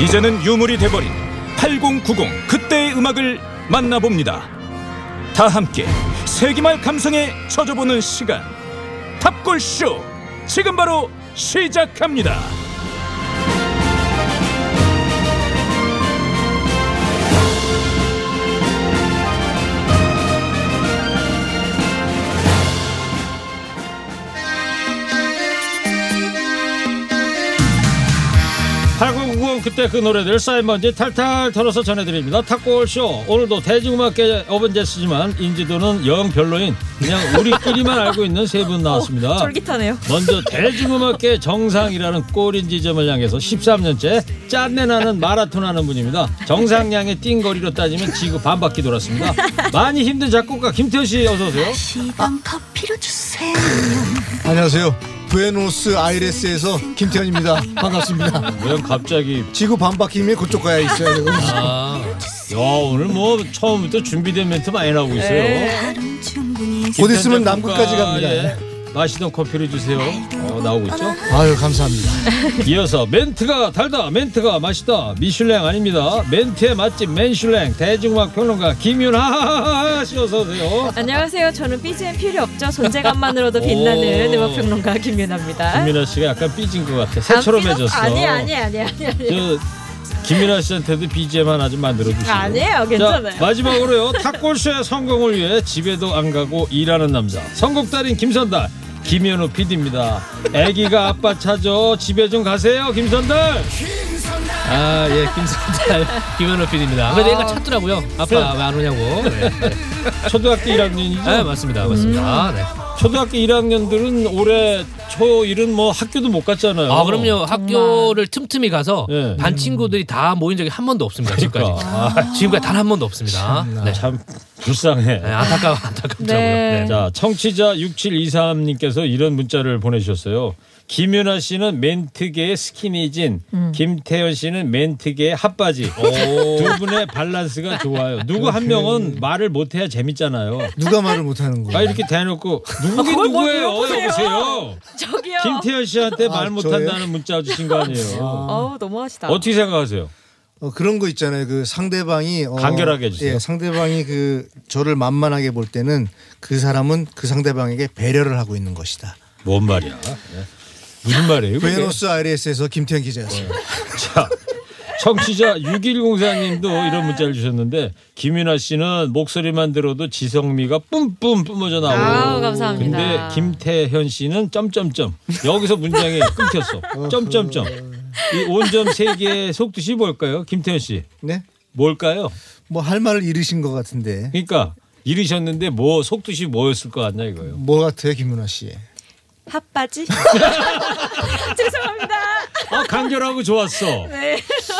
이제는 유물이 돼버린 8090 그때의 음악을 만나봅니다. 다 함께 세기말 감성에 젖어보는 시간 탑골쇼 지금 바로 시작합니다. 한국은 그때 그 노래들 쌓인 먼지 탈탈 털어서 전해드립니다 탁골쇼 오늘도 대중음악계 어벤져스지만 인지도는 영 별로인 그냥 우리끼리만 알고 있는 세 분 나왔습니다 어, 쫄깃하네요. 먼저 대중음악계 정상이라는 꼬린 지점을 향해서 13년째 짠내나는 마라톤 하는 분입니다. 정상량의 띵거리로 따지면 지구 반바퀴 돌았습니다. 많이 힘든 작곡가 김태현 씨 어서 오세요. 시방 커피로 주세요. 안녕하세요. 부에노스 아이레스에서 어, 김태현입니다. 반갑습니다. 뭐야 갑자기 지구 반바퀴면 그쪽 가야 있어요. 지금. 야 오늘 뭐 처음부터 준비된 멘트 많이 나오고 있어요. 다른 충분히 곧 있으면 김태현 남극까지 작곡가, 갑니다. 예. 마시던 커피를 주세요. 어, 나오고 있죠. 아유 감사합니다. 이어서 멘트가 달다 멘트가 맛있다 미슐랭 아닙니다 멘트의 맛집 맨슐랭 대중음악 평론가 김윤하 씨 어서 오세요 안녕하세요. 저는 BGM 필요 없죠. 존재감만으로도 빛나는 오. 음악평론가 김윤아입니다. 김민아 씨가 약간 삐진 것 같아. 새처럼해졌어. 아니 아니 아니 아니 아니. 저그 김민아 씨한테도 BGM 하나 좀 만들어 주시고. 아니에요. 괜찮아요. 자 마지막으로요 탁골쇼의 성공을 위해 집에도 안 가고 일하는 남자 선곡달인 김선달 김현우 PD입니다. 아기가 아빠 찾아 집에 좀 가세요 김선달. 아 예 김선달 김현호 PD입니다. 근데 애가 찾더라고요. 아빠 왜 안 오냐고. 네. 아, 초등학교 1학년이죠. 음. 아 맞습니다, 맞습니다. 아, 네. 초등학교 1학년들은 올해 초일은 뭐 학교도 못 갔잖아요. 아 그럼요. 학교를 틈틈이 가서 예. 반 친구들이 다 모인 적이 한 번도 없습니다. 지금까지. 그러니까. 지금까지 단 한 번도 없습니다. 네. 참 불쌍해. 네, 안타까워 안타깝더라고요. 네. 네. 자, 청취자 6723님께서 이런 문자를 보내주셨어요. 김윤아 씨는 멘트계의 스키니진, 김태현 씨는 멘트계의 핫바지. 두 분의 밸런스가 좋아요. 누구 한 명은 말을 못해야 재밌잖아요. 누가 말을 못하는 아 거예요? 이렇게 대놓고 누구긴 그걸 뭐 누구예요? 물어보세요? 아. 여보세요. 저기요. 김태현 씨한테 말 아, 못한다는 저예요? 문자 주신 거 아니에요? 어우 너무하시다. 어떻게 생각하세요? 어, 그런 거 있잖아요. 그 상대방이 어, 간결하게 해주세요. 예, 상대방이 그 저를 만만하게 볼 때는 그 사람은 그 상대방에게 배려를 하고 있는 것이다. 뭔 말이야? 예. 무슨 말이에요? 그게? 네. 부에노스 아이레스에서 김태현 기자였습니다. 자, 청취자 6104님도 이런 문자를 주셨는데 김윤아 씨는 목소리만 들어도 지성미가 뿜뿜 뿜어져 나오고 아우, 감사합니다. 근데 김태현 씨는 점점점 여기서 문장이 아, 끊겼어. 점점점. 이 온점 세 개의 속뜻이 뭘까요? 김태현 씨. 네? 뭘까요? 뭐 할 말을 잃으신 것 같은데 그러니까 잃으셨는데 뭐 속뜻이 뭐였을 것 같냐 이거예요. 뭐 같아요 김문아 씨? 핫바지? 죄송합니다. 네. 아 간결하고 좋았어.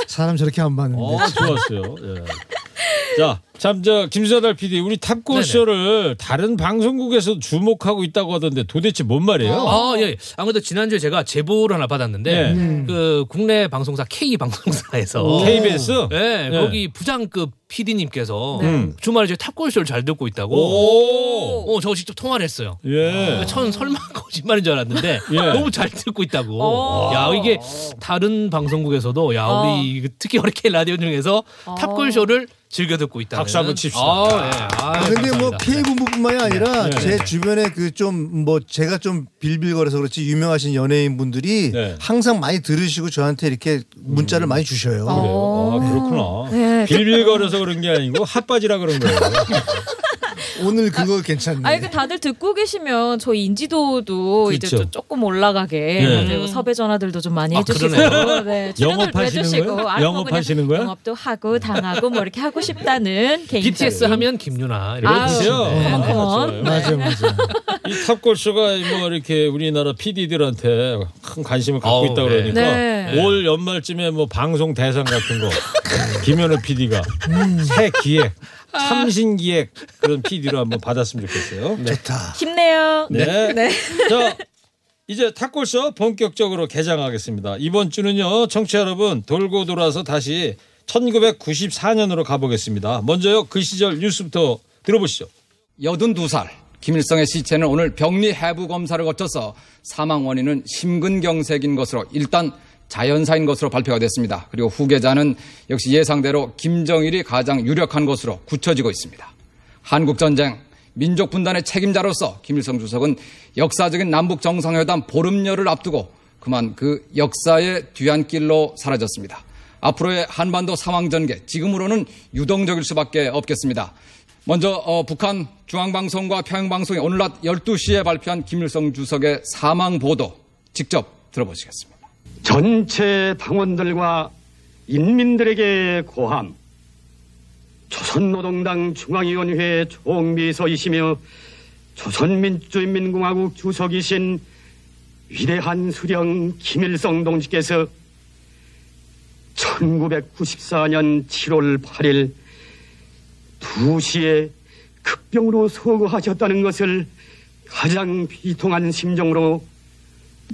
사람 저렇게 안 봤는데. 어, 좋았어요. 예. 자, 참 저 김수달 PD 우리 탑골쇼를 다른 방송국에서 주목하고 있다고 하던데 도대체 뭔 말이에요? 아, 예. 아무래도 지난주에 제가 제보를 하나 받았는데 예. 네. 그 국내 방송사 K 방송사에서 KBS? 예, 네. 거기 부장급 PD님께서 네. 음. 주말에 제 탑골쇼를 잘 듣고 있다고 오. 어, 저 직접 통화를 했어요. 예. 천 설마 거짓말인 줄 알았는데 예. 너무 잘 듣고 있다고. 오. 야 이게 다른 방송국에서도 야 어. 우리 그 특히 허리케인 라디오 중에서 탑골쇼를 즐겨 듣고 있다. 박수 한번 칩시다. 아, 예. 아, 아, 근데 뭐 감사합니다. 그 K 본부뿐만이 아니라 네. 제 주변에 그 좀 뭐 제가 좀 빌빌거려서 그렇지 유명하신 연예인 분들이 네. 항상 많이 들으시고 저한테 이렇게 음. 문자를 많이 주셔요. 어. 그래요. 아, 그렇구나. 빌빌거려서 그런 게 아니고 핫바지라 그런 거예요. 오늘 그거 괜찮네. 음. 아니 그 다들 듣고 계시면 저희 인지도도 이제 그렇죠. 또 조금 올라가게 예. 그리고 섭외 전화들도 좀 많이 아, 해주시고 그러네요. 네, 출연도 영업하시는 해주시고. 거예요? 아니, 뭐 영업하시는 그냥 거야? 영업도 하고 당하고 뭐 이렇게 하고 싶다는 개인 BTS 하면 김유나 이렇게 아유. 해주시는데. 네. 그래요? 컴온, 그렇죠. 네, 컴온. 맞아요. 맞아요. 이 탑골쇼가 뭐 이렇게 우리나라 PD들한테 큰 관심을 갖고 어우, 있다 네. 그러니까 네. 올 연말쯤에 뭐 방송 대상 같은 거 김현우 PD가 새 기획 참신 기획 그런 PD로 한번 받았으면 좋겠어요. 네. 힘내요. 네. 자, 이제 탁골쇼 본격적으로 개장하겠습니다. 이번 주는요, 청취자 여러분 돌고 돌아서 다시 1994년으로 가보겠습니다. 먼저요, 그 시절 뉴스부터 들어보시죠. 82살 김일성의 시체는 오늘 병리 해부 검사를 거쳐서 사망 원인은 심근경색인 것으로 일단 자연사인 것으로 발표가 됐습니다. 그리고 후계자는 역시 예상대로 김정일이 가장 유력한 것으로 굳혀지고 있습니다. 한국전쟁 민족 분단의 책임자로서 김일성 주석은 역사적인 남북 정상회담 보름열을 앞두고 그만 그 역사의 뒤안길로 사라졌습니다. 앞으로의 한반도 상황 전개 지금으로는 유동적일 수밖에 없겠습니다. 먼저 어, 북한 중앙방송과 평양방송이 오늘 낮 12시에 발표한 김일성 주석의 사망 보도 직접 들어보시겠습니다. 전체 당원들과 인민들에게 고함. 조선노동당 중앙위원회 총비서이시며 조선민주인민공화국 주석이신 위대한 수령 김일성 동지께서 1994년 7월 8일 2시에 급병으로 소거하셨다는 것을 가장 비통한 심정으로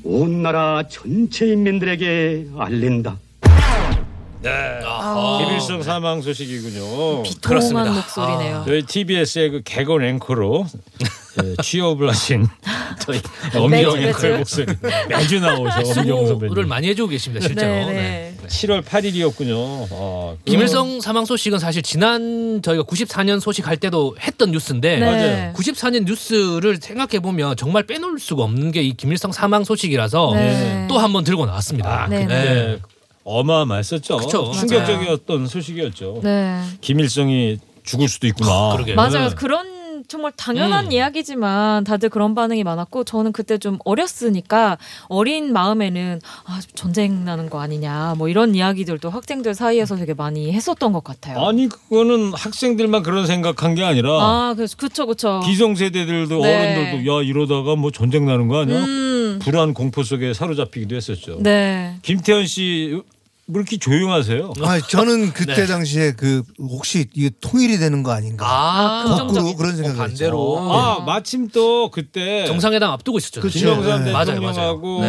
온 나라 전체 인민들에게 알린다. 아, 네. 김일성 사망 소식이군요. 비통한 목소리네요. 저희 TBS의 그 개건 앵커로 예, 취업을 하신 저희 매주, 엄경 매주. 앵커의 목소리 매주 나오셔. 엄경 네, 수고를 선배님. 많이 해주고 계십니다 실제로. 네, 네. 네. 7월 8일이었군요. 아, 그- 김일성 사망 소식은 사실 지난 저희가 94년 소식 할 때도 했던 뉴스인데 네, 맞아요. 94년 뉴스를 생각해 보면 정말 빼놓을 수가 없는 게 이 김일성 사망 소식이라서 네. 또 한 번 들고 나왔습니다. 아, 네, 그때 어마어마했었죠. 그쵸. 충격적이었던 소식이었죠. 네. 김일성이 죽을 수도 있구나. 네. 그러게. 맞아요. 음. 그런 정말 당연한 이야기지만 다들 그런 반응이 많았고 저는 그때 좀 어렸으니까 어린 마음에는 아, 전쟁 나는 거 아니냐 뭐 이런 이야기들도 학생들 사이에서 되게 많이 했었던 것 같아요. 아니 그거는 학생들만 그런 생각한 게 아니라 아, 그래서 그쵸 그쵸. 기성세대들도 네. 어른들도 야 이러다가 뭐 전쟁 나는 거 아니야? 음, 불안 공포 속에 사로잡히기도 했었죠. 네. 김태현 씨왜 이렇게 조용하세요? 아, 저는 그때 네. 당시에 그 혹시 이게 통일이 되는 거 아닌가? 그렇죠. 아, 긍정적인- 거꾸로 그런 생각을 반대로 아 마침 또 그때 어. 네. 정상회담 앞두고 있었죠. 그렇죠. 김영삼 네. 대통령하고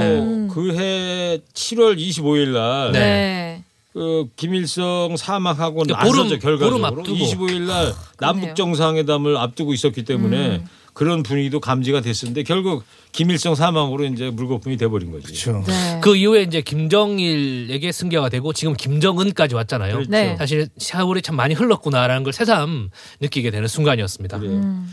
그해 7월 25일 날 네. 그 김일성 사망하고 그러니까 나서죠 보름, 보름 결과적으로 앞두고. 아, 25일 날 남북 정상회담을 앞두고 있었기 때문에 그런 분위기도 감지가 됐었는데 결국 김일성 사망으로 이제 물거품이 돼버린 거지. 그렇죠. 네. 그 이후에 이제 김정일에게 승계가 되고 지금 김정은까지 왔잖아요. 그렇죠. 네. 사실 세월이 참 많이 흘렀구나라는 걸 새삼 느끼게 되는 순간이었습니다. 그래요.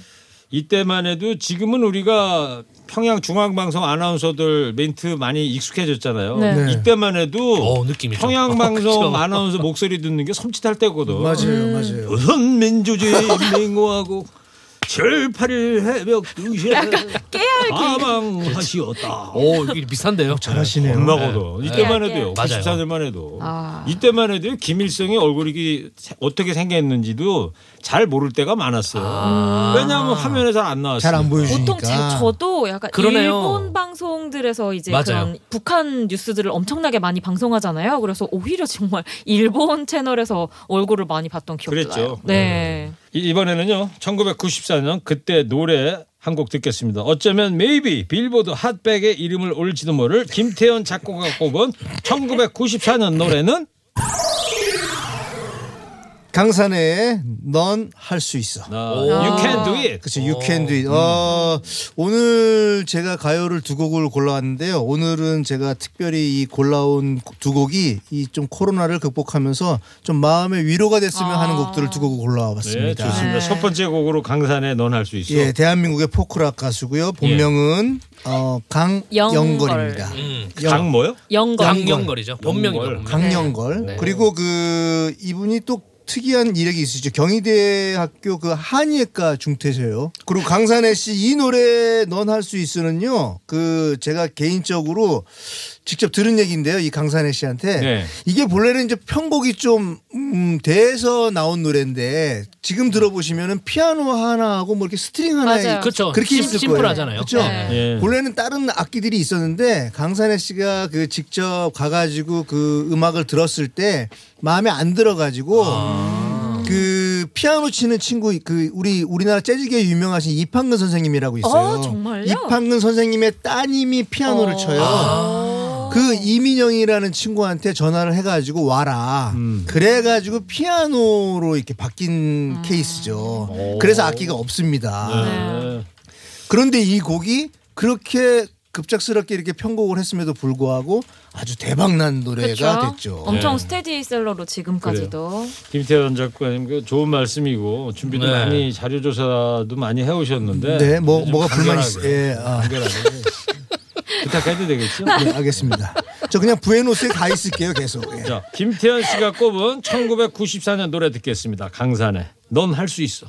이때만 해도 지금은 우리가 평양 중앙방송 아나운서들 멘트 많이 익숙해졌잖아요. 네. 네. 이때만 해도 어, 느낌이 좀- 평양방송 그쵸. 아나운서 목소리 듣는 게 섬찟할 때거든. 맞아요, 음. 음. 맞아요. 우선 민주주의 인민공화국 7, 8일 해벽 2시에 그 사망하시었다. 오, 이게 비싼데요. 음, 잘하시네요. 음, 엄마거든. 이때만 네. 해도요. 맞아요. 94년만 해도. 아. 이때만 해도 김일성의 얼굴이 이게 세- 어떻게 생겼는지도 잘 모를 때가 많았어요. 아. 왜냐하면 화면에 잘 안 나왔어요. 잘 안 보여주니까. 보통 제, 저도 약간 그러네요. 일본 방송들에서 이제 맞아요. 그런 북한 뉴스들을 엄청나게 많이 방송하잖아요. 그래서 오히려 정말 일본 채널에서 얼굴을 많이 봤던 기억도 그랬죠. 나요. 네. 이- 이번에는요. 1994년 그때 노래 한 곡 듣겠습니다. 어쩌면 메이비 빌보드 핫백에 이름을 올지도 모를 김태현 작곡가 꼽은 1994년 노래는 강산의 넌 할 수 있어. 아, You Can Do It. 그렇죠. You can do it. 어, 오늘 제가 가요를 두 곡을 골라왔는데요. 오늘은 제가 특별히 이 골라온 두 곡이 이 좀 코로나를 극복하면서 좀 마음의 위로가 됐으면 하는 곡들을 두 곡을 네, 골라와봤습니다. 좋습니다. 첫 번째 곡으로 강산의 넌 할 수 있어. 아, 예, 대한민국의 포크락 가수고요. 본명은 어, 강영걸입니다. 영- 강 뭐요? 영걸. 강영걸이죠. 본명이죠. 본명. 강영걸 네. 그리고 그 이분이 또 특이한 이력이 있으시죠 경희대학교 그 한의외과 중퇴세요 그리고 강산혜 씨 이 노래 넌 할 수 있으는요 그 제가 개인적으로 직접 들은 얘기인데요. 이 강산혜 씨한테 네. 이게 본래는 이제 편곡이 좀 음, 돼서 나온 노래인데 지금 들어보시면은 피아노 하나하고 뭐 이렇게 스트링 하나에 맞아요. 그쵸. 그렇게 심- 있을 심플하잖아요. 거예요. 그렇죠. 네. 예. 본래는 다른 악기들이 있었는데 강산혜 씨가 그 직접 가가지고 그 음악을 들었을 때 마음에 안 들어가지고 그 피아노 치는 친구 그 우리 우리나라 재즈계 유명하신 이판근 선생님이라고 있어요. 어, 정말요? 어. 이판근 선생님의 따님이 피아노를 쳐요. 그 이민영이라는 친구한테 전화를 해가지고 와라. 그래가지고 피아노로 이렇게 바뀐 아. 케이스죠. 그래서 악기가 없습니다. 예. 그런데 이 곡이 그렇게 급작스럽게 이렇게 편곡을 했음에도 불구하고 아주 대박난 노래가 그쵸? 어. 됐죠. 네. 엄청 스테디셀러로 지금까지도. 김태현 작가님 그 좋은 말씀이고 준비도 네. 많이 자료 조사도 많이 해오셨는데 네, 뭐 좀 뭐가 불만 있 간결하게, 예, 아, 부탁해도 되겠죠? 네, 알겠습니다. 저 그냥 부에노스에 가 있을게요, 계속. 예. 자, 김태현 씨가 꼽은 1994년 노래 듣겠습니다. 강산의 넌 할 수 있어.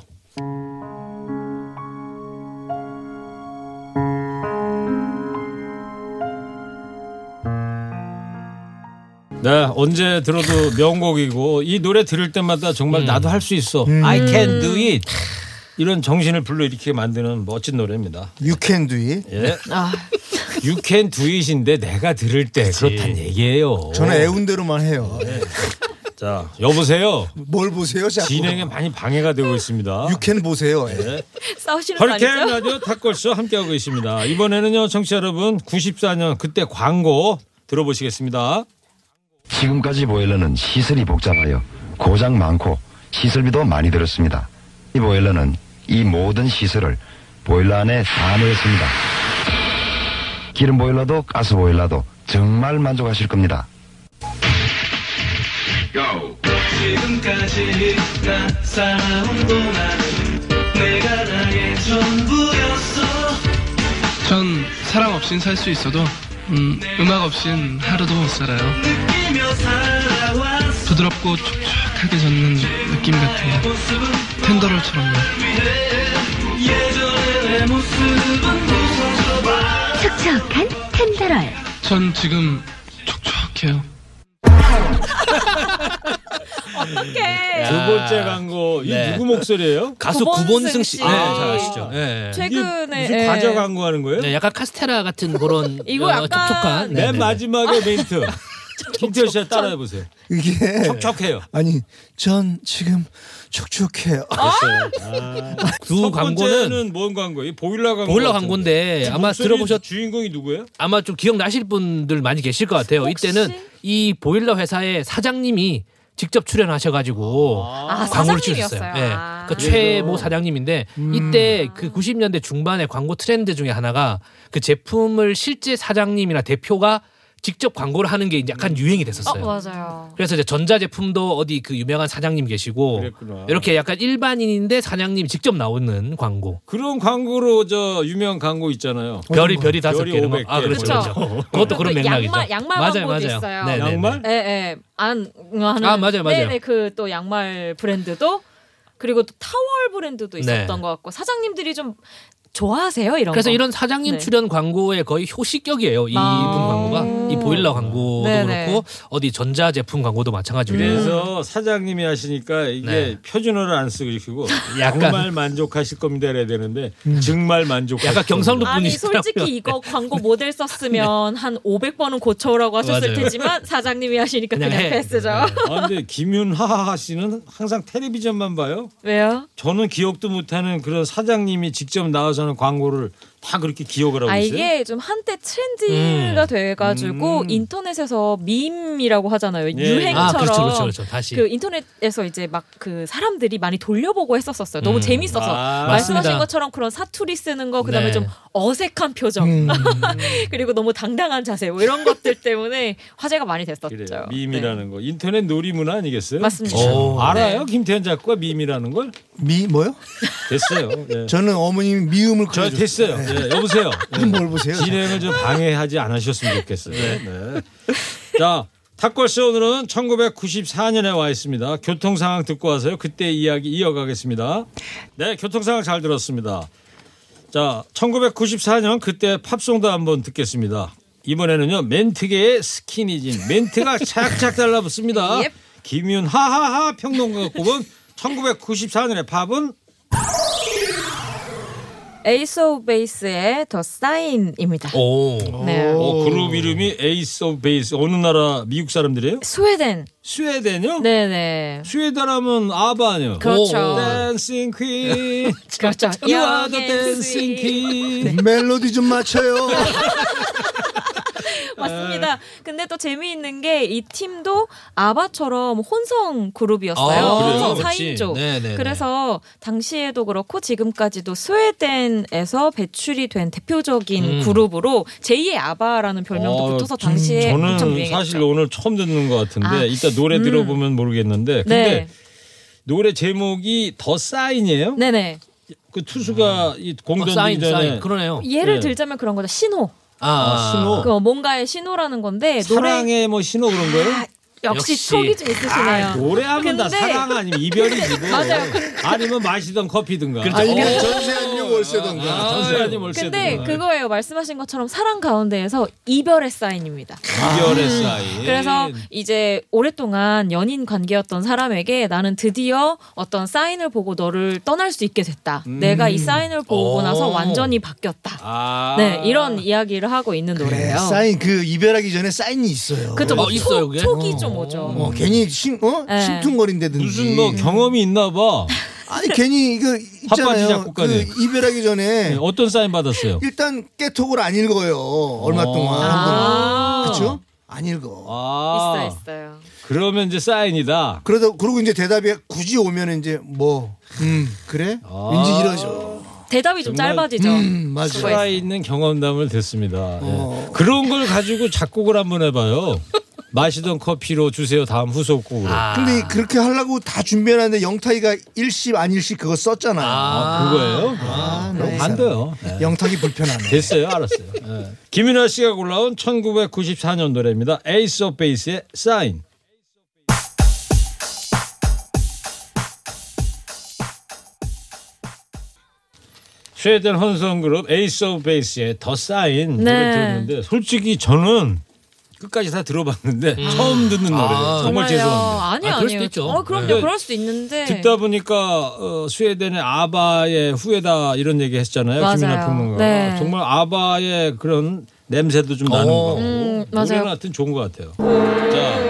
네, 언제 들어도 명곡이고 이 노래 들을 때마다 정말 나도 할 수 있어. I can do it. 이런 정신을 불러일으키게 만드는 멋진 노래입니다. 유캔두이. 예. 아, You can do it인데 내가 들을 때 그렇단 얘기예요. 저는 애운대로만 해요. 자, 여보세요. 뭘 보세요, 자꾸. 진행에 많이 방해가 되고 있습니다. 유캔 보세요. 예. 싸우시는 거 허리케인 아니죠? 라디오 탁골쇼 함께하고 계십니다. 이번에는요, 청취자 여러분, 94년 그때 광고 들어보시겠습니다. 지금까지 보일러는 시설이 복잡하여 고장 많고 시설비도 많이 들었습니다. 이 보일러는 이 모든 시설을 보일러 안에 다 넣었습니다. 기름 보일러도 가스 보일러도 정말 만족하실 겁니다. 전 사랑 없인 살 수 있어도 음, 음악 없인 하루도 못 살아요. 부드럽고 촉촉하게 젖는 느낌 같아요. 텐더럴처럼요. 촉촉한 텐더럴 전 지금 촉촉해요. 어떡해. 두 번째 광고, 이 아, 네. 누구 목소리예요? 가수 구본승 구본승 씨. 씨. 네, 잘 아시죠. 네. 이게 최근에 무슨 예. 과자 광고하는 거예요? 네, 약간 카스테라 같은 그런 이거 어, 약간 촉촉한. 맨 네네네. 아. 마지막에 멘트. 김태현 씨가 따라해보세요. 이게 네. 촉촉해요. 아니 전 지금 촉촉해요. 아! 두 첫 광고는 번째는 뭔 광고예요? 보일러 광고. 보일러 같은데. 광고인데 아마 목소리 들어보셨 주인공이 누구예요? 아마 좀 기억나실 분들 많이 계실 것 같아요. 혹시? 이때는 이 보일러 회사의 사장님이 직접 출연하셔가지고 아, 광고를 사장님이었어요. 찍으셨어요. 아. 그 예. 최모 사장님인데 음. 이때 그 90년대 중반의 광고 트렌드 중에 하나가 그 제품을 실제 사장님이나 대표가 직접 광고를 하는 게 이제 약간 유행이 어, 됐었어요. 맞아요. 그래서 이제 전자제품도 어디 그 유명한 사장님 계시고 그랬구나. 이렇게 약간 일반인인데 사장님 직접 나오는 광고. 그런 광고로 저 유명한 광고 있잖아요. 별이 별이 다섯 어, 별이 개. 이런 거. 500 아 개. 그렇죠. 그렇죠. 그렇죠. 그것도 그런 그 맥락이죠. 양말- 양말 맞아요, 광고도 맞아요. 있어요. 네, 네, 네. 양말? 예, 예. 안 하는 아, 맞아요, 맞아요. 네, 그또 양말 브랜드도 그리고 또 타월 브랜드도 있었던 네. 것 같고 사장님들이 좀 좋아하세요 이런 그래서 거. 이런 사장님 네. 출연 광고의 거의 효시격이에요. 이분 아. 광고가 이 보일러 광고도 네네. 그렇고 어디 전자 제품 광고도 마찬가지고 음. 어, 그래서 사장님이 하시니까 이게 음. 네. 표준어를 안 쓰시고 약간- 음. 정말 만족하실 겁니다 이래야 되는데 정말 만족. 약간 경상도 아니 분이시더라고요. 네. 솔직히 이거 광고 모델 썼으면 한 500번은 고쳐오라고 하셨을 맞아요. 테지만 사장님이 하시니까 그냥, 그냥 해. 패스죠. 아, 근데 김윤하 씨는 항상 텔레비전만 봐요. 네. 왜요? 저는 기억도 못하는 그런 사장님이 직접 나와서는 광고를 다 그렇게 기억을 하고 아 있어요. 이게 좀 한때 트렌드가 돼가지고 인터넷에서 밈이라고 하잖아요. 예. 유행처럼. 아 그렇죠 그렇죠 그렇죠 다시 그 인터넷에서 이제 막 그 사람들이 많이 돌려보고 했었었어요. 너무 재밌어서 아, 말씀하신 맞습니다. 것처럼 그런 사투리 쓰는 거 그다음에 네. 좀 어색한 표정 그리고 너무 당당한 자세 뭐 이런 것들 때문에 화제가 많이 됐었죠. 네. 그래요. 밈이라는 거 인터넷 놀이문화 아니겠어요? 그렇죠. 맞습니다. 오. 네. 알아요 김태현 작가 밈이라는 걸 미 뭐요? 됐어요. 예. 저는 어머님 미음을 저 그려줬어요. 됐어요. 예, 여보세요. 예. 네. 뭘 보세요? 진행을 좀 방해하지 않으셨으면 좋겠어요. 네. 자, 탁걸씨 오늘은 1994년에 와 있습니다. 교통 상황 듣고 와서요. 그때 이야기 이어가겠습니다. 네, 교통 상황 잘 들었습니다. 자, 1994년 그때 팝송도 한번 듣겠습니다. 이번에는요 멘트계의 스키니진 멘트가 착착 달라붙습니다. 김윤 하하하 평론가가 꼽은 1994년의 팝은 에이스 오브 베이스의 더 사인입니다. 오. 네. 어, 그룹 이름이 에이스 오브 베이스 어느 나라 미국 사람들이에요? 스웨덴. 스웨덴요? 네네. 스웨덴 하면 아바 아니요? 그렇죠. 댄싱 퀸. 그렇죠. You are the 영앤 네. dancing king. 네, 멜로디 좀 맞춰요. 어. 맞습니다. 근데 또 재미있는 게 이 팀도 아바처럼 혼성 그룹이었어요. 아, 그래요? 혼성 그렇지. 4인조. 네, 네, 네. 그래서 당시에도 그렇고 지금까지도 스웨덴에서 배출이 된 대표적인 음. 그룹으로 제2의 아바라는 별명도 어, 붙어서 당시에 엄청 저는 유행했죠. 사실 오늘 처음 듣는 것 같은데 아, 이따 노래 음. 들어보면 모르겠는데 근데 네. 노래 제목이 더 사인이에요? 네네. 그 투수가 이 공전 사인, 전에 사인. 그러네요. 예를 들자면 그런 거죠. 신호. 아, 신호. 그 뭔가의 신호라는 건데 노래 아, 사랑의 뭐 신호 그런 거예요? 역시 촉이 좀 있으시네요. 아, 노래하면 다 근데- 사랑 아니면 이별이지 뭐. 맞아요. 아니면 마시던 커피든가. 그렇죠. 아니면 전세 아니면 월세든가. 아, 전세 아니면 월세든가. 근데 그거예요. 말씀하신 것처럼 사랑 가운데에서 이별의 사인입니다. 이별의 사인. 아. 그래서 이제 오랫동안 연인 관계였던 사람에게 나는 드디어 어떤 사인을 보고 너를 떠날 수 있게 됐다. 내가 이 사인을 보고 오. 나서 완전히 바뀌었다. 아. 네, 이런 이야기를 하고 있는 노래예요. 네, 사인 그 이별하기 전에 사인이 있어요. 그쵸, 뭐 어, 촉- 있어요, 그게? 촉이 좀 오죠. 어, 괜히 심, 어? 네. 심퉁거린다든지. 무슨 음. 뭐 경험이 있나 봐. 아니 괜히 이거 핫바지 있잖아요. 작곡가님. 그 이별하기 전에 네, 어떤 사인 받았어요? 일단 깨톡을 안 읽어요. 얼마 동안 아. 그렇죠? 안 읽어. 아. 있어 있어요. 그러면 이제 사인이다. 그러다 그러고 이제 대답이 굳이 오면 이제 뭐 음, 그래? 아. 왠지 이러죠. 대답이 좀 정말- 짧아지죠. 살아 있는 경험담을 듣습니다. 예. 어. 그런 걸 가지고 작곡을 한번 해봐요. 마시던 커피로 주세요. 다음 후속곡으로. 아. 근데 그렇게 하려고 다 준비해놨는데 영탁이가 일십 안 일십 그거 썼잖아요. 아, 그거예요? 아, 네. 너무 안 이상해. 돼요. 영탁이 불편하네. 됐어요. 알았어요. 예. 김윤아 씨가 골라온 1994년 노래입니다. 에이스 오브 베이스의 사인. 스웨덴 혼성그룹 에이스 오브 베이스의 더 사인 노래 네. 들었는데 솔직히 저는 끝까지 다 들어봤는데 처음 듣는 아, 노래예요. 정말 정말요? 죄송합니다. 아니요, 아니요. 어, 그럼요. 그럴 수도 있는데. 듣다 보니까 어, 스웨덴의 아바의 후예다 이런 얘기 했잖아요. 맞아요. 김이나 평론가. 네. 정말 아바의 그런 냄새도 좀 나는 거. 음, 노래는 맞아요. 하여튼 좋은 것 같아요. 자.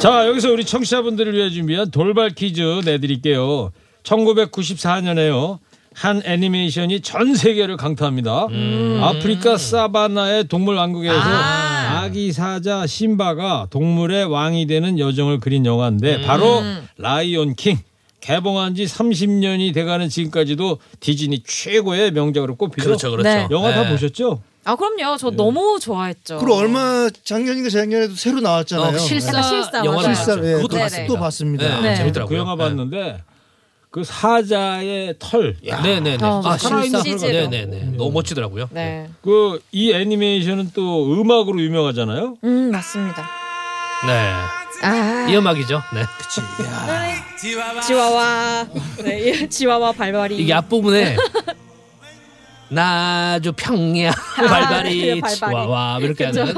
자, 여기서 우리 청취자분들을 위해 준비한 돌발 퀴즈 내드릴게요. 1994년에요. 한 애니메이션이 전 세계를 강타합니다. 음. 아프리카 사바나의 동물 왕국에서 아~ 기 사자 신바가 동물의 왕이 되는 여정을 그린 영화인데 음. 바로 라이온 킹. 개봉한 지 30년이 돼가는 지금까지도 디즈니 최고의 명작으로 꼽히죠. 그렇죠, 그렇죠. 네. 영화 다 네. 보셨죠? 아, 그럼요. 저 너무 좋아했죠. 그리고 얼마 작년인가 재작년에도 새로 나왔잖아요. 어, 실사 약간 실사, 영화 맞아요. 네, 실사 나왔죠. 예, 그것도 또 봤습니다. 또 봤습니다. 네. 그 영화 봤는데 그 사자의 털. 네네네. 아, 살아있는 실사. 털 같아요. 네네네. 너무 멋지더라고요. 네. 그 이 애니메이션은 또 음악으로 유명하잖아요. 음, 맞습니다. 네. 아. 이 음악이죠. 네. 지와와. 네, 이 지와와 발발이. 이게 앞부분에 나주 네, 평야 발발이 발발이. 치와와 이렇게 그죠? 하는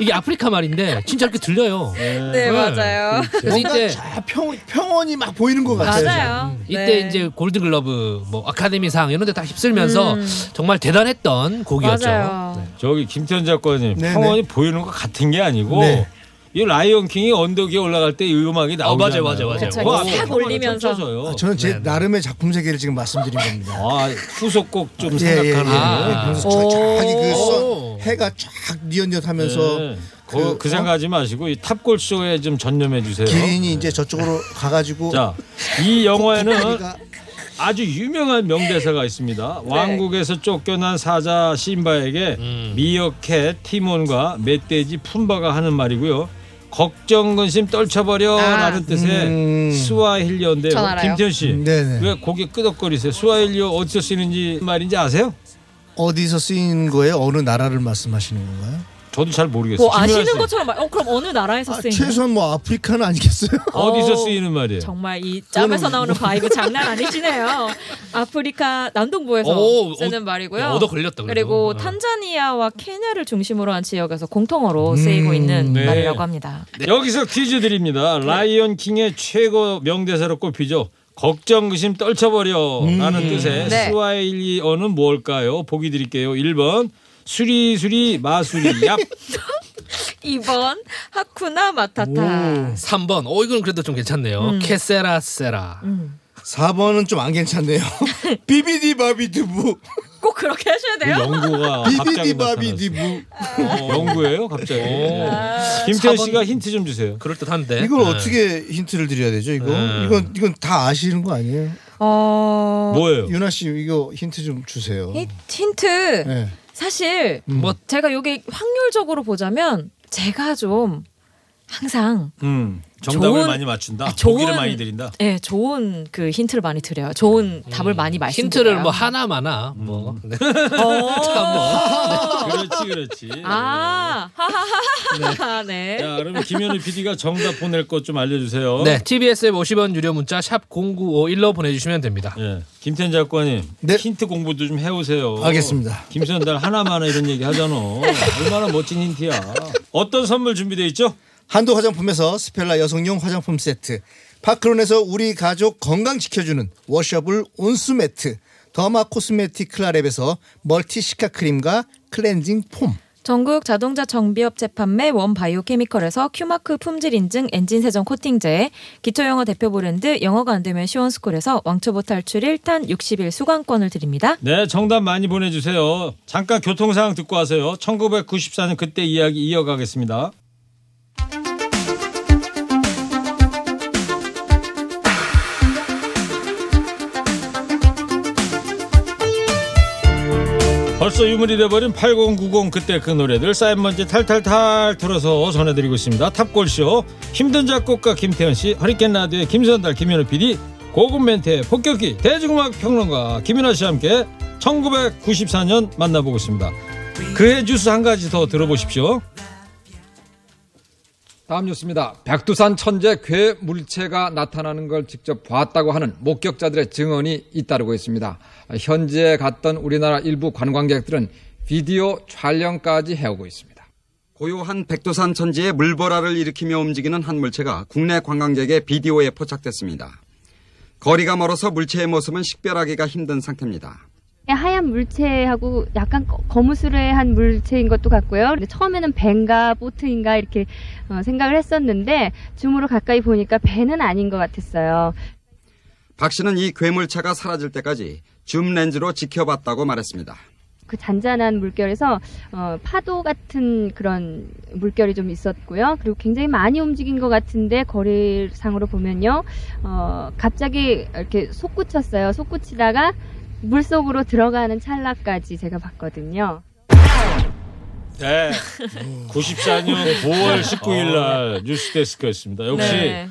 이게 아프리카 말인데 진짜 이렇게 들려요. 네, 맞아요. 그래서 이때 그러니까 평 평원이 막 보이는 것 같아요. 맞아요. 네. 이때 네. 이제 골든글러브 뭐 아카데미상 이런 데 다 휩쓸면서 정말 대단했던 음. 곡이었죠. 네. 맞아요. 저기 김태현 작가님 네네. 평원이 보이는 것 같은 게 아니고 네. 이 라이언 킹이 언덕 위에 올라갈 때 이 음악이 나오잖아요. 어, 맞아요, 맞아요, 맞아요. 그쵸, 그거 이렇게 앞에 탁 평원이 올리면서. 겹쳐져요. 아, 저는 제 나름의 작품 세계를 지금 말씀드린 겁니다. 아, 후속곡 좀 예, 예, 예. 생각하는. 예, 그래서 저기 그 선, 해가 쫙 뉘엿뉘엿하면서 네. 그, 그, 그 생각하지 마시고 이 탑골 쇼에 좀 전념해 주세요. 기린이 이제 저쪽으로 가가지고 자, 이 영화에는 아주 유명한 명대사가 있습니다. 네. 왕국에서 쫓겨난 사자 신바에게 음. 미어캣 티몬과 멧돼지 품바가 하는 말이고요. 걱정 근심 아, 떨쳐버려라는 뜻의 스와힐리어인데요. 전 알아요. 김태현 씨, 음, 네네. 예. 왜 고개 끄덕거리세요? 스와힐리어 어디서 쓰는지 말인지 아세요? 어디서 쓰인 거예요? 어느 나라를 말씀하시는 건가요? 저도 잘 모르겠어요. 뭐 아시는 김연아 씨, 것처럼 말. 어 그럼 어느 나라에서 쓰인? 최소한 뭐 아프리카는 아니겠어요? 어디서 쓰이는 말이에요? 정말 이 짬에서 나오는 뭐- 바이브 장난 아니시네요. 아프리카 남동부에서 오, 쓰는 어, 말이고요. 야, 얻어 리 걸렸다, 고 그래도. 네. 탄자니아와 케냐를 중심으로 한 지역에서 음, 공통어로 쓰이고 있는 네. 말이라고 합니다. 여기서 퀴즈 드립니다. 라이언 킹의 최고 명대사로 꼽히죠. 걱정 그심 떨쳐버려 라는 뜻의 네. 스와일리어는 뭘까요? 보기 드릴게요. 1번 수리수리 마수리 얍 2번 하쿠나 마타타. 3번. 어 이건 그래도 좀 괜찮네요. 음. 캐세라 세라. 4번은 좀 안 괜찮네요. 비비디바비두부. 꼭 그렇게 하셔야 돼요. 영구가 아, 갑자기 비비디바비디부. 영구예요 갑자기. 네. 김태현 씨가 힌트 좀 주세요. 그럴 듯한데. 이걸 어떻게 힌트를 드려야 되죠? 이거 네. 이건 이건 다 아시는 거 아니에요? 어. 유나 씨 이거 힌트 좀 뭐- 주세요. 예? 이 힌트. 네. 사실 음. 뭐 제가 여기 확률적으로 보자면 제가 좀 항상 음, 정답을 좋은- 많이 맞춘다. 아, 좋은- 보기를 많이 드린다. 예, 좋은 그 힌트를 많이 드려요. 좋은 답을 많이 말씀드려요. 어. 힌트를 뭐 하나마나 뭐. 네. 뭐. 그렇지 그렇지. 아, 하하하하. 네. 자 그러면 김현우 PD가 정답 보낼 것 좀 알려주세요. 네, TBS의 50원 유료 문자 샵 0951로 보내주시면 됩니다. 예, 김태현 작가님 힌트 공부도 좀 해오세요. 네. 알겠습니다. 김선달 하나마나 이런 얘기 하잖아. 얼마나 멋진 힌트야. 어떤 선물 준비되어 있죠? 한도 화장품에서 스펠라 여성용 화장품 세트, 파크론에서 우리 가족 건강 지켜주는 워셔블 온수 매트, 더마 코스메틱 클라랩에서 멀티 시카 크림과 클렌징 폼. 전국 자동차 정비업 재판매 원바이오케미컬에서 큐마크 품질 인증 엔진 세정 코팅제, 기초영어 대표 브랜드 영어가 안 되면 시원스쿨에서 왕초보 탈출 1탄 60일 수강권을 드립니다. 네, 정답 많이 보내주세요. 잠깐 교통 상황 듣고 하세요. 1994년 그때 이야기 이어가겠습니다. 벌써 유물이 돼버린 8090 그때 그 노래들 쌓인 먼지 탈탈탈 털어서 전해드리고 있습니다. 탑골쇼 힘든 작곡가 김태현 씨, 허리케인 라디오의 김선달, 김현우 PD, 고급 멘트의 폭격기 대중음악 평론가 김윤아 씨와 함께 1994년 만나보고 있습니다. 그해 뉴스 한 가지 더 들어보십시오. 다음 뉴스입니다. 백두산 천재 괴 물체가 나타나는 걸 직접 봤다고 하는 목격자들의 증언이 잇따르고 있습니다. 현지에 갔던 우리나라 일부 관광객들은 비디오 촬영까지 해오고 있습니다. 고요한 백두산 천지에 물보라를 일으키며 움직이는 한 물체가 국내 관광객의 비디오에 포착됐습니다. 거리가 멀어서 물체의 모습은 식별하기가 힘든 상태입니다. 네, 하얀 물체하고 약간 거- 거무스레한 물체인 것도 같고요. 근데 처음에는 뱀인가 보트인가 이렇게 어, 생각을 했었는데 줌으로 가까이 보니까 배는 아닌 것 같았어요. 박 씨는 이 괴물체가 사라질 때까지 줌 렌즈로 지켜봤다고 말했습니다. 그 잔잔한 물결에서 어, 파도 같은 그런 물결이 좀 있었고요. 그리고 굉장히 많이 움직인 것 같은데 거리상으로 보면요, 어, 갑자기 이렇게 솟구쳤어요. 솟구치다가 물 속으로 들어가는 찰나까지 제가 봤거든요. 네. 네. 94년 9월 19일 어. 날 뉴스 데스크였습니다. 역시 네.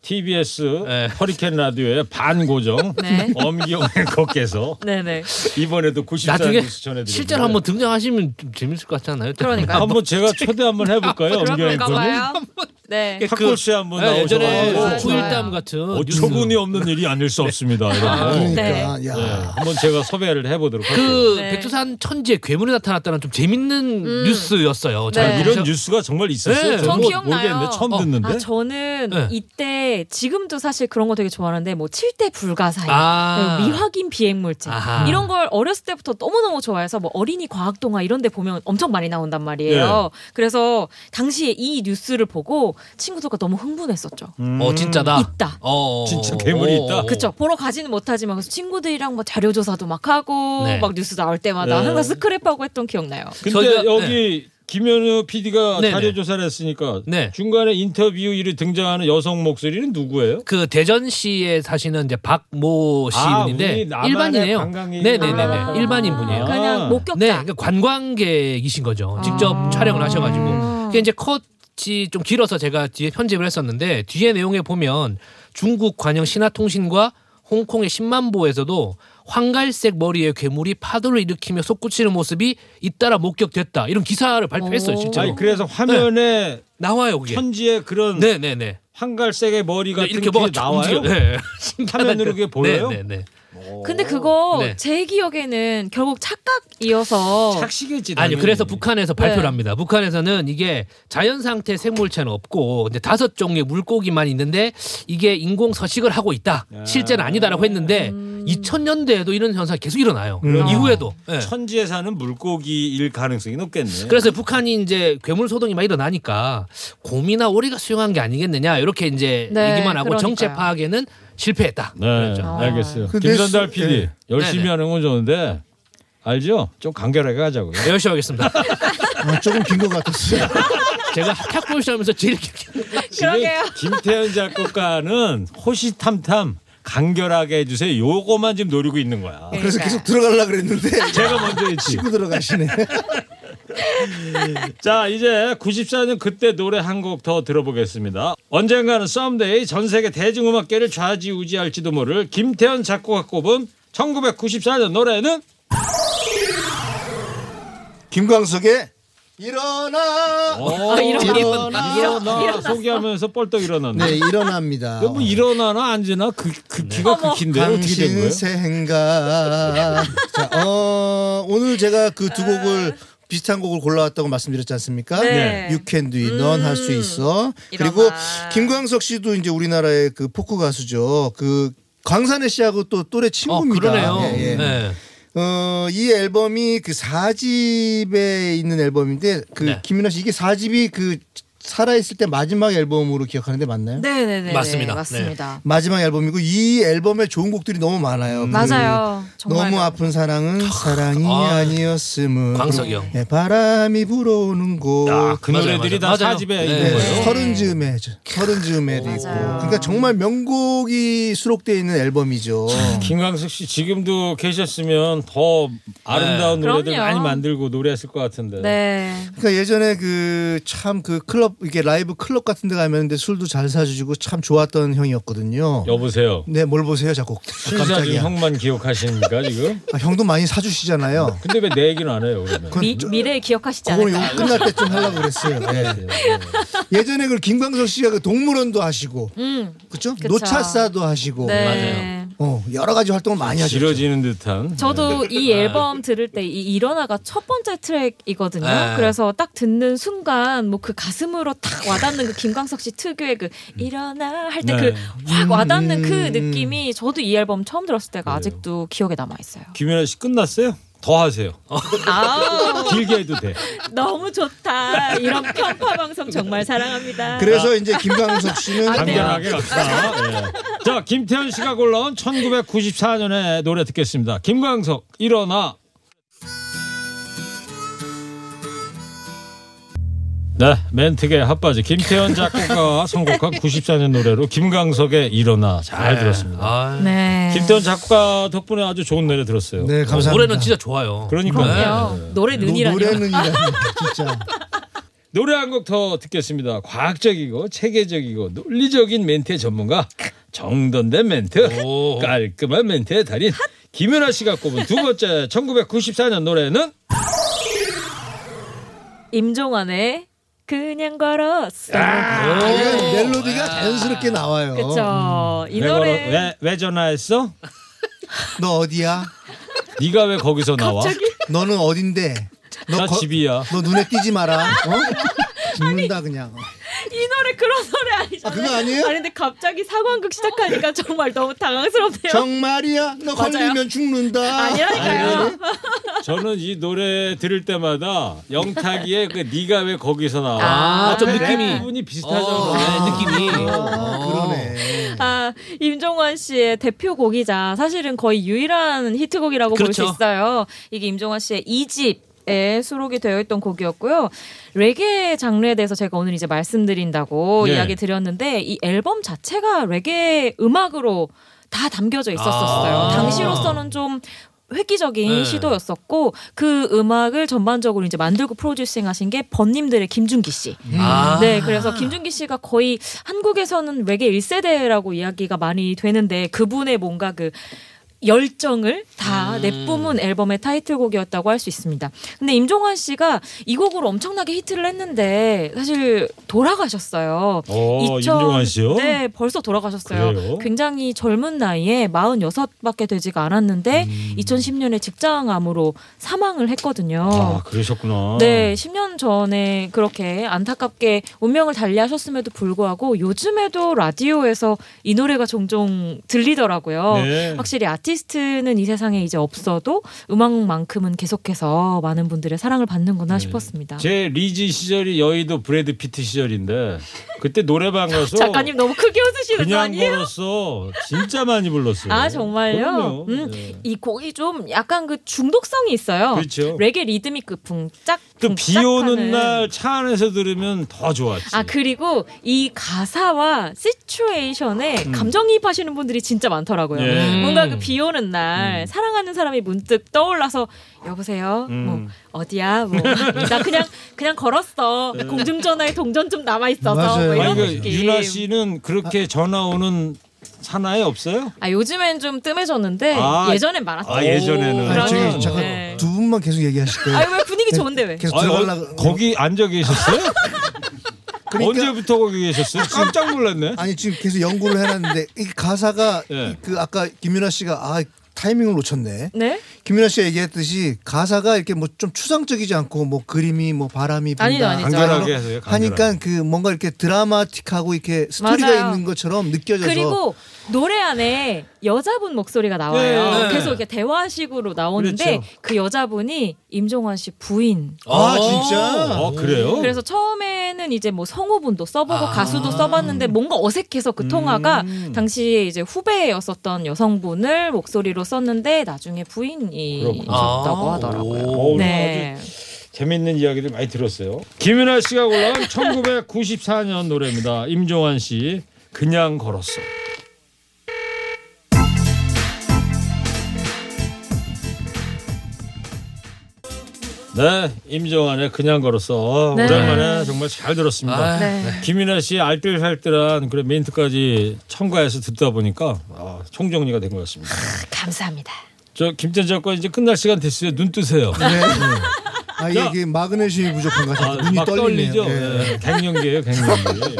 TBS 네. 허리케인 라디오의 반고정 네. 엄기영 앵커께서 네네. 이번에도 94 나중에 뉴스 전해드립니다. 실제로 한번 등장하시면 좀 재밌을 것 같지 않아요? 그러니까요. 뭐 한번 제가 초대 한번 해볼까요? 엄기영 그럴까 앵커님. 봐요. 네. 탁골 씨 한번 예, 예전에 나오셔가지고 후일담 같은 네. 어처구니 없는 일이 아닐 수 없습니다. 이런 아, 거. 그러니까. 네. 야. 네, 한번 제가 섭외를 해보도록 할게요. 그 네. 백두산 천지에 괴물이 나타났다는 좀 재밌는 음. 뉴스였어요. 네. 잘 아, 모르셔- 이런 뉴스가 정말 있었어요. 네. 어, 저는 전 뭐- 기억나요. 모르겠는데 처음 듣는데. 아, 저는 네. 이때 지금도 사실 그런 거 되게 좋아하는데 뭐 칠대 불가사의, 아. 네, 미확인 비행물체 아하. 이런 걸 어렸을 때부터 너무 너무 좋아해서 뭐 어린이 과학 동화 이런 데 보면 엄청 많이 나온단 말이에요. 네. 그래서 당시에 이 뉴스를 보고 친구들과 너무 흥분했었죠. 음. 어 진짜다. 있다. 어, 진짜 괴물이 있다? 그쵸 보러 가지는 못하지만 그래서 친구들이랑 뭐 자료 조사도 막 하고 네. 막 뉴스 나올 때마다 네. 항상 스크랩하고 했던 기억나요. 근데 여기 김현우 PD가 네. 네네. 네. 자료 조사를 했으니까 중간에 인터뷰 일에 등장하는 여성 목소리는 누구예요? 그 대전시에 사시는 이제 박모 아, 시인인데 우리 남한의 일반인이에요. 관광객이구나. 네네네 아. 네 일반인 분이에요. 그냥 목격자. 네, 그러니까 관광객이신 거죠. 직접 촬영을 하셔가지고 그게 이제 컷이 좀 길어서 제가 뒤에 편집을 했었는데 뒤에 내용에 보면 중국 관영 신화통신과 홍콩의 신만보에서도 황갈색 머리의 괴물이 파도를 일으키며 솟구치는 모습이 잇따라 목격됐다. 이런 기사를 발표했어요, 오. 실제로. 아니, 그래서 화면에 나와요, 그게. 천지에 그런 네. 예. 네네네. 황갈색의 머리 같은 이렇게 뭐가 게 나와요? 움직여요. 네. 화면으로 그게 보여요? 네네네. 근데 그거 네. 제 기억에는 결국 착각이어서 착시겠지. 아니 그래서 북한에서 발표를 네. 합니다. 북한에서는 이게 자연 상태 생물체는 없고 이제 다섯 종류의 물고기만 있는데 이게 인공 서식을 하고 있다. 실제는 아니다라고 했는데 음. 2000년대에도 이런 현상이 계속 일어나요. 그럼 이후에도. 네. 예. 천지에 사는 물고기일 가능성이 높겠네. 그래서 북한이 이제 괴물 소동이 막 일어나니까 곰이나 오리가 수용한 게 아니겠느냐 이렇게 이제 네, 얘기만 하고 정체 그러니까요. 파악에는 실패했다. 네, 알겠어요. 근데 김선달 수- PD 네. 열심히 네네. 하는 건 좋은데 알죠? 좀 간결하게 하자고요. 네, 열심히 하겠습니다. 어, 조금 긴 것 같았어요. 제가 학탁볼 시하면서 제일 그러게요. 김태현 작곡가는 호시탐탐 간결하게 해주세요. 요거만 지금 노리고 있는 거야. 그래서 계속 들어가려 그랬는데 제가 먼저 했지. 치고 들어가시네. 자, 이제 94년 그때 노래 한 곡 더 들어보겠습니다. 언젠가는 썸데이 전 세계 대중음악계를 좌지우지할지도 모를 김태현 작곡가 꼽은 1994년 노래는 김광석의 일어나. 어, 일어나 소개하면서 뻘떡 일어났네. 네, 일어납니다. 그럼 뭐 일어나나 앉으나 그, 그 귀가 긁힌데 어떻게 된 거예요? 당신 생각. 자, 어, 오늘 제가 그 두 곡을 비슷한 곡을 골라왔다고 말씀드렸지 않습니까? 네. 유캔두이 넌 할 수 있어. 그리고 김광석 씨도 이제 우리나라의 그 포크 가수죠. 그 광산의 씨하고 또 어, 또래 친구입니다. 그러네요. 예, 예. 네. 어, 이 앨범이 그 4집에 있는 앨범인데 그 네. 김민아 씨 이게 4집이 그 살아있을 때 마지막 앨범으로 기억하는데 맞나요? 네네네 맞습니다. 맞습니다. 마지막 앨범이고 이 앨범에 좋은 곡들이 너무 많아요. 그 음. 맞아요. 네. 정말 너무 아픈 사랑은 사랑이 아, 니었음은 광석이 형. 바람이 불어오는 곳. 아, 그 맞아요, 노래들이 맞아요. 다 맞아요. 사집에 네. 있는 거예요? 서른 즈음에 저- 서른 즈음에도 네. 있고. 그러니까 정말 명곡이 수록되어 있는 앨범이죠. 김광석 씨 지금도 계셨으면 더 아름다운 네. 노래들 그럼요. 많이 만들고 노래했을 것 같은데. 네. 그러니까 예전에 그 참 그 클럽 이게 라이브 클럽 같은 데 가면 근데 술도 잘 사주시고 참 좋았던 형이었거든요. 여보세요. 아, 네, 뭘 보세요, 자꾸. 신사준 형만 기억하십니까 지금? 아, 형도 많이 사주시잖아요. 근데 왜 내 얘기는 안 해요 그러면? 미, 미래 기억하시지 그거는 않을까요? 요거 끝날 때쯤 하려고 그랬어요. 네. 예전에 그 김광석 씨가 그 동물원도 하시고 음. 그렇죠? 그쵸. 노차사도 하시고 네. 맞아요. 어, 여러 가지 활동을 많이 하셨죠. 지러지는 듯한. 저도 이 앨범 들을 때 이 일어나가 첫 번째 트랙이거든요. 네. 그래서 딱 듣는 순간 뭐 그 가슴으로 탁 와닿는 그 김광석 씨 특유의 그 일어나 할 때 네. 그 확 와닿는 그 음. 느낌이 저도 이 앨범 처음 들었을 때가 아직도 기억에 남아 있어요. 김연아 씨 끝났어요? 더 하세요. 아우. 길게 해도 돼. 너무 좋다. 이런 편파 방송 정말 사랑합니다. 그래서 이제 김광석 씨는 안 돼요. 간결하게 갑시다. 예. 자, 김태현 씨가 골라온 1994년의 노래 듣겠습니다. 김광석 일어나. 네, 멘트계 핫바지 김태현 작곡가가 선곡한 94년 노래로 김광석의 일어나 잘 네. 들었습니다. 네. 김태현 작곡가 덕분에 아주 좋은 노래 들었어요. 네, 감사합니다. 노래는 진짜 좋아요. 그러니까요. 그럼요. 네. 노래 눈이라니. 진짜. 노래 한 곡 더 듣겠습니다. 과학적이고 체계적이고 논리적인 멘트의 전문가 정돈된 멘트 깔끔한 멘트의 달인 김연아 씨가 꼽은 두 번째 1994년 노래는 임종환의 그냥 걸었어. 이건 멜로디가 자연스럽게 나와요. 그쵸. 이 왜 노래 걸어- 왜, 왜 전화했어? 너 어디야? 네가 왜 거기서 나와? 너는 어딘데? 나 집이야. 너 눈에 띄지 마라. 어? 죽는다 그냥. 이 노래 그런 노래 아니잖아요. 그거 아니에요? 아니 근데 갑자기 사관극 시작하니까 정말 너무 당황스럽네요. 정말이야? 너 맞아요? 걸리면 죽는다. 아니라니까요. 저는 이 노래 들을 때마다 영탁이의 그 네가 왜 거기서 나와? 네 아, 좀 느낌이. 분이 비슷하잖아. 네, 느낌이. 아 임종환 씨의 대표곡이자 사실은 거의 유일한 히트곡이라고 볼 그렇죠. 수 있어요. 이게 임종환 씨의 2집. 에 수록이 되어 있던 곡이었고요. 레게 장르에 대해서 제가 오늘 이제 말씀드린다고 네. 이야기 드렸는데 이 앨범 자체가 레게 음악으로 다 담겨져 있었었어요. 아. 당시로서는 좀 획기적인 네. 시도였었고 그 음악을 전반적으로 이제 만들고 프로듀싱하신 게 번님들의 김준기 씨. 음. 아. 네, 그래서 김준기 씨가 거의 한국에서는 외계 1세대라고 이야기가 많이 되는데 그분의 뭔가 그 열정을 다 음. 내뿜은 앨범의 타이틀곡이었다고 할 수 있습니다. 근데 임종환 씨가 이 곡으로 엄청나게 히트를 했는데 사실 돌아가셨어요. 어, 임종환 씨요? 네, 벌써 돌아가셨어요. 그래요? 굉장히 젊은 나이에 46밖에 되지가 않았는데 2010년에 직장암으로 사망을 했거든요. 음. 아 그러셨구나. 네, 10년 전에 그렇게 안타깝게 운명을 달리하셨음에도 불구하고 요즘에도 라디오에서 이 노래가 종종 들리더라고요. 네. 확실히 아티스트는 이 세상에 이제 없어도 음악만큼은 계속해서 많은 분들의 사랑을 네. 받는구나 싶었습니다. 제 리지 시절이 여의도 브래드 피트 시절인데 그때 노래방 가서 작가님 너무 크게 웃으시는 거 그냥 뭐 아니에요? 걸었어. 진짜 많이 불렀어요. 아 정말요? 네. 그럼요. 네. 음, 이 곡이 좀 약간 그 중독성이 있어요. 그렇죠. 레게 리드믹 그 붕짝 또 비 오는 날 차 안에서 들으면 더 좋았지. 아 그리고 이 가사와 시츄에이션에 음. 감정이입하시는 분들이 진짜 많더라고요. 예. 뭔가 그 비 오는 음. 날 사랑하는 사람이 문득 떠올라서 여보세요. 뭐 어디야? 뭐 나 그냥 그냥 걸었어. 네. 공중전화에 동전 좀 남아 있어서 뭐 이런 아니, 그 느낌. 유나 씨는 아. 그렇게 전화 오는 사나이 없어요? 아 요즘엔 좀 뜸해졌는데 아, 예전엔 네. 많았어요. 아, 예전에는. 아니, 저기 그러면 잠깐 두 분만 계속 얘기하실 거예요. 아니, 왜 분위기 좋은데 왜? 네. 계속 아니, 어, 들어가려고. 그러니까. 거기 앉아 계셨어요? 언제부터 거기 계셨어요? 깜짝 놀랐네. 아니 지금 계속 연구를 해놨는데 이 가사가 예. 그 아까 김윤아 씨가 아 타이밍을 놓쳤네. 네? 김윤아 씨가 얘기했듯이 가사가 이렇게 뭐 좀 추상적이지 않고 뭐 그림이 뭐 바람이 분다 아니죠, 아니죠. 간결하게 해서요, 간결하게. 하니까 그 뭔가 이렇게 드라마틱하고 이렇게 스토리가 맞아요. 있는 것처럼 느껴져서 그리고 노래 안에 여자분 목소리가 나와요. 네, 네. 계속 이렇게 대화식으로 나오는데 그렇죠. 그 여자분이 임종환 씨 부인. 어. 아, 진짜? 아, 그래요? 그래서 처음에는 이제 뭐 성우분도 써보고 가수도 써봤는데 뭔가 어색해서 그 통화가 당시에 이제 후배였었던 여성분을 목소리로 썼는데 나중에 부인이셨다고 아, 그렇구나. 하더라고요. 오, 네. 재밌는 이야기들 많이 들었어요. 김윤아 씨가 골라온 1994년 노래입니다. 임종환 씨 그냥 걸었어. 네, 임종환의 그냥 걸었어. 아, 네. 오랜만에 정말 잘 들었습니다. 아, 네. 네. 김윤아 씨 알뜰살뜰한 그런 멘트까지 첨가해서 듣다 보니까 아, 총정리가 된 것 같습니다. 감사합니다. 저 김전 작가 이제 끝날 시간 됐어요. 눈 뜨세요. 네. 아 자. 이게 마그네슘이 부족한가 아, 봐. 눈이 막 떨리죠. 떨리네요. 예. 갱년기예요, 갱년기.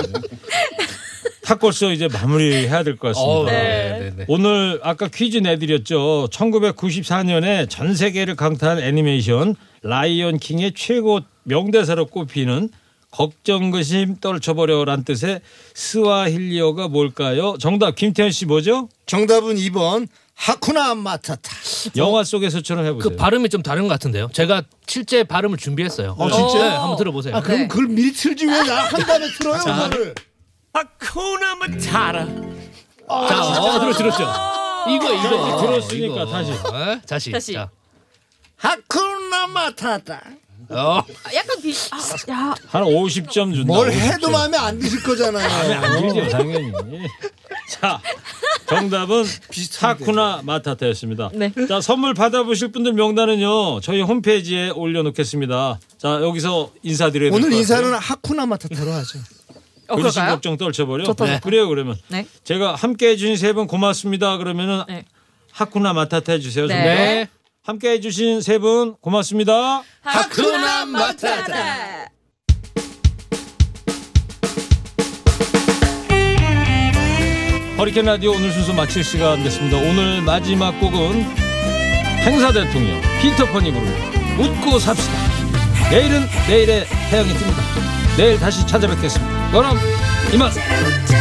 탁골쇼 이제 마무리해야 될 것 어우, 같습니다. 네, 네, 네. 오늘 아까 퀴즈 내드렸죠. 1994년에 전 세계를 강타한 애니메이션 라이언 킹의 최고 명대사로 꼽히는 걱정 그심 떨쳐버려란 뜻의 스와힐리어가 뭘까요? 정답 김태현 씨 뭐죠? 정답은 2번 하쿠나 마타타. 네. 영화 속에서처럼 해보세요. 그 발음이 좀 다른 것 같은데요. 제가 실제 발음을 준비했어요. 어, 진짜요? 네, 한번 들어보세요. 아 그럼 그걸 미리 틀지 왜 나 한 다음에 틀어요 자. 그거를. 하쿠나 마타라. 아, 자, 진짜. 어, 들었죠, 들었죠. 이거 자, 이거 이제 들었으니까 이거. 다시. 어, 다시. 다시. 자. 하쿠나 마타타. 어. 아, 약간 비. 아, 야. 한 50점 준다. 뭘 50점. 해도 마음에 안 드실 아니, 네. 거잖아요. 안 들죠, 당연히. 자, 정답은 사쿠나 마타타였습니다. 네. 자, 선물 받아보실 분들 명단은요, 저희 홈페이지에 올려놓겠습니다. 자, 여기서 인사드려야 될것 오늘 같아요. 인사는 하쿠나 마타타로 하죠. 어, 그러신 그럴까요? 걱정 떨쳐버려. 좋다, 좋다. 그래요, 그러면. 네. 제가 함께 해주신 세 분 고맙습니다. 그러면은 네. 하쿠나 마타타 해주세요. 네. 정답. 네. 함께 해주신 세 분 고맙습니다. 하쿠나 마타타. 허리케인 라디오 오늘 순서 마칠 시간 됐습니다. 오늘 마지막 곡은 행사 대통령 피터펀이 부르고 웃고 삽시다. 내일은 내일의 태양이 뜹니다. 내일 다시 찾아뵙겠습니다. 그럼 이만.